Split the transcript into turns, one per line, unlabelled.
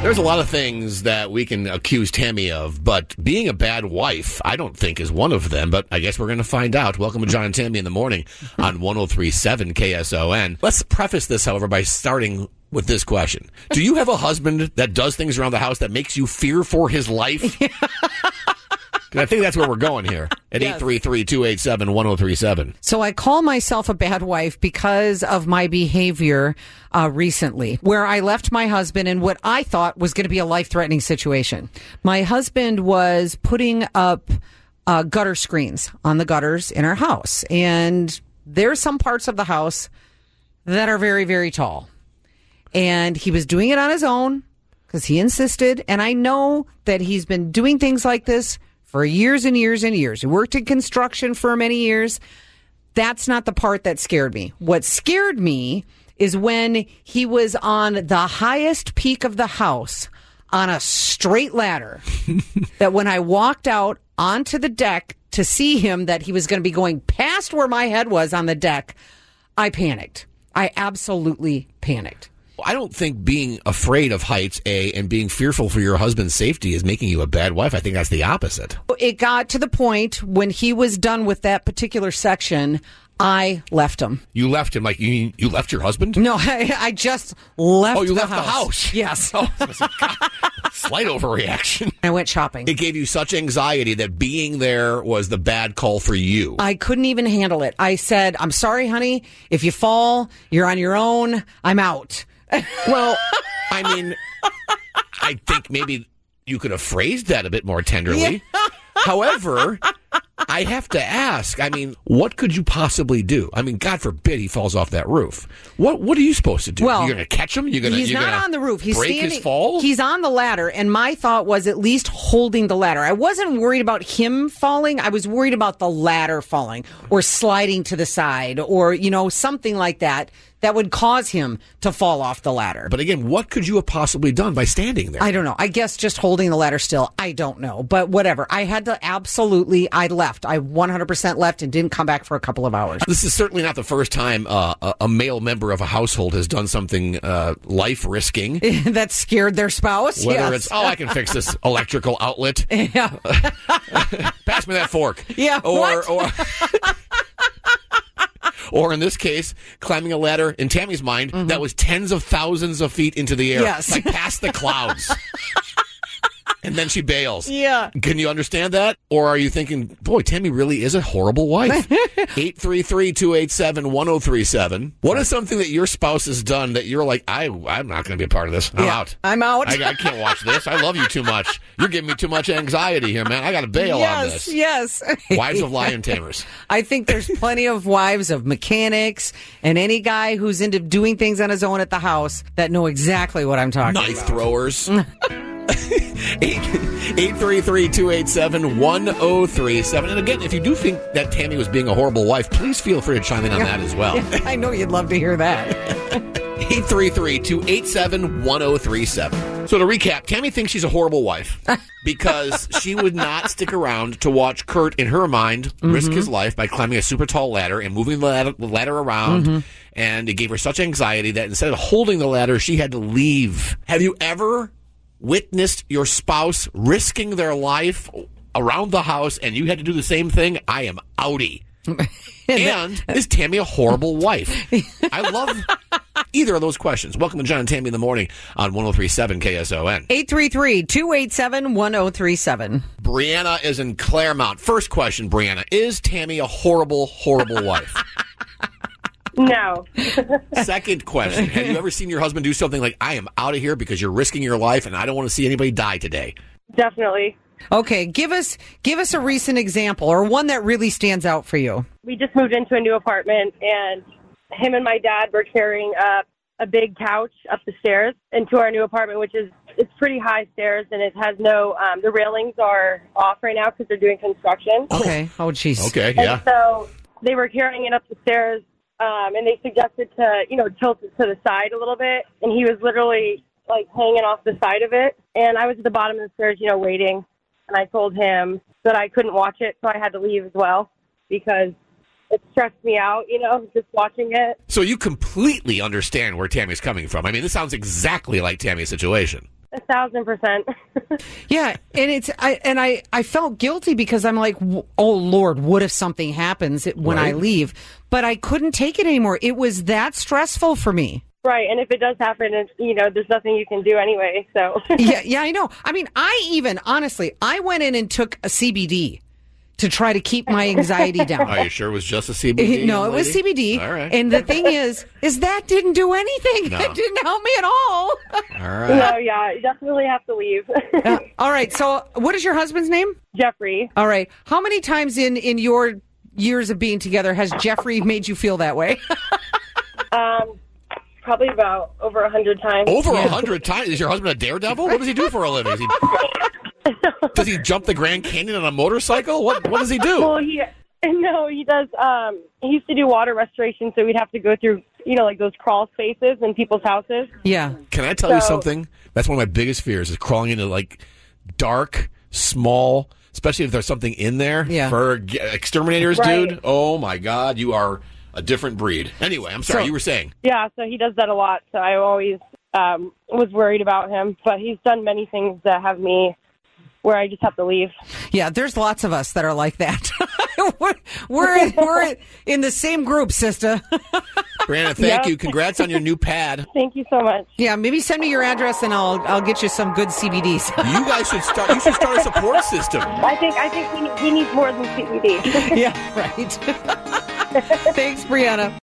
There's a lot of things that we can accuse Tammy of, but being a bad wife, I don't think is one of them, but I guess we're going to find out. Welcome to John and Tammy in the morning on 1037 KSON. Let's preface this, however, by starting with this question. Do you have a husband that does things around the house that makes you fear for his life? 'Cause I think that's where we're going here at 833 287 1037.
So I call myself a bad wife because of my behavior uh, recently, where I left my husband in what I thought was going to be a life threatening situation. My husband was putting up uh, gutter screens on the gutters in our house, and there's some parts of the house that are very, very tall. And he was doing it on his own because he insisted. And I know that he's been doing things like this for years and years and years. He worked in construction for many years. That's not the part that scared me. What scared me is when he was on the highest peak of the house on a straight ladder that when I walked out onto the deck to see him, that he was going to be going past where my head was on the deck, I panicked. I absolutely panicked.
I don't think being afraid of heights, A, and being fearful for your husband's safety is making you a bad wife. I think that's the opposite.
It got to the point when he was done with that particular section, I left him.
You left him, like, you, you left your husband?
No, I, I just left.
Oh, you
the
left the house.
Yes,
Oh, Slight overreaction.
I went shopping.
It gave you such anxiety that being there was the bad call for you.
I couldn't even handle it. I said, "I'm sorry, honey. If you fall, you're on your own. I'm out."
Well, I mean, I think maybe you could have phrased that a bit more tenderly. However, I have to ask. I mean, what could you possibly do? I mean, God forbid he falls off that roof. What What are you supposed to do?
Well,
you're going to catch him. You're going to.
he's
you're
not
gonna
on the roof. He's
break
standing.
his fall.
He's on the ladder, and my thought was at least holding the ladder. I wasn't worried about him falling. I was worried about the ladder falling or sliding to the side or you know something like that that would cause him to fall off the ladder.
but again, what could you have possibly done by standing there?
I don't know. I guess just holding the ladder still. I don't know, but whatever. I had to absolutely. I left. I 100% left and didn't come back for a couple of hours.
this is certainly not the first time uh, a, a male member of a household has done something uh, life risking.
that scared their spouse.
Whether
yes.
it's oh, I can fix this electrical outlet.
Yeah.
Pass me that fork.
Yeah,
Or
what?
or Or in this case, climbing a ladder in Tammy's mind that was tens of thousands of feet into the air.
Mm-hmm. Yes.
Like past the clouds. and then she bails.
Yeah.
Can you understand that? Or are you thinking, boy, Tammy really is a horrible wife? 833 287 1037. What is something that your spouse has done that you're like, I, I'm not going to be a part of this? I'm
Yeah.
out.
I'm out.
I, I can't watch this. I love you too much. You're giving me too much anxiety here, man. I got to bail on
yes.
this.
Yes.
Wives of Lion Tamers.
I think there's plenty of wives of mechanics and any guy who's into doing things on his own at the house that know exactly what I'm talking
Knife
about.
throwers. 833 287 1037. And again, if you do think that Tammy was being a horrible wife, please feel free to chime in on that as well.
I know you'd love to hear that.
833 287 1037. So to recap, Tammy thinks she's a horrible wife because she would not stick around to watch Kurt, in her mind, risk his life by climbing a super tall ladder and moving the ladder, the ladder around. And it gave her such anxiety that instead of holding the ladder, she had to leave. Have you ever witnessed your spouse risking their life around the house and you had to do the same thing? I am outie. And is Tammy a horrible wife? I love either of those questions. Welcome to John and Tammy in the morning on 1037 KSON.
833 287 1037.
Brianna is in Claremont. First question, Brianna. Is Tammy a horrible, horrible wife?
No.
Second question. Have you ever seen your husband do something like, I am out of here because you're risking your life and I don't want to see anybody die today?
Definitely.
Okay, give us give us a recent example or one that really stands out for you.
We just moved into a new apartment, and him and my dad were carrying up a big couch up the stairs into our new apartment, which is it's pretty high stairs, and it has no um, the railings are off right now because they're doing construction.
Okay. Oh jeez.
Okay,
And
yeah.
so they were carrying it up the stairs, um, and they suggested to, you know, tilt it to the side a little bit. And he was literally like hanging off the side of it. And I was at the bottom of the stairs, you know, waiting. And I told him that I couldn't watch it, so I had to leave as well because it stressed me out, you know, just watching it.
So you completely understand where Tammy's coming from. I mean, this sounds exactly like Tammy's situation.
A thousand percent.
Yeah, and it's I and I I felt guilty because I'm like, w- oh Lord, what if something happens when I
Right.
leave? But I couldn't take it anymore. It was that stressful for me.
right. And if it does happen, it's, you know, there's nothing you can do anyway. So,
yeah, yeah, I know. I mean, I even honestly, I went in and took a CBD to try to keep my anxiety down.
Are you sure it was just a CBD?
no, it
young
was
lady?
CBD.
All right.
And the thing is, is that didn't do anything.
No.
It didn't help me at all.
All right.
so yeah, you definitely have to leave.
all right. So, what is your husband's name?
Jeffrey.
All right. How many times in in your years of being together has Jeffrey made you feel that way?
Um, probably about over a hundred times.
Over a hundred times. Is your husband a daredevil? What does he do for a living? Is he, does he jump the Grand Canyon on a motorcycle? What What does he do?
Well, he no, he does. Um, he used to do water restoration, so we'd have to go through, you know, like those crawl spaces in people's houses.
yeah.
Can I tell you
so-
something? That's one of my biggest fears: is crawling into like dark, small. Especially if there's something in there
Yeah.
for g- exterminators,
Right.
dude. Oh my God, you are a different breed. Anyway, I'm sorry
So-
you were saying.
Yeah, so he does that a lot. So I always um, was worried about him, but he's done many things that have me where I just have to leave.
Yeah, there's lots of us that are like that. we're we're we're in the same group, sister.
Brandon, thank
Yeah.
you. Congrats on your new pad.
Thank you so much.
yeah, maybe send me your address and I'll I'll get you some good CBDs.
You guys should start. You should start a support system.
I think I E think he, he needs more than CBD.
yeah, right. Thanks, Brianna.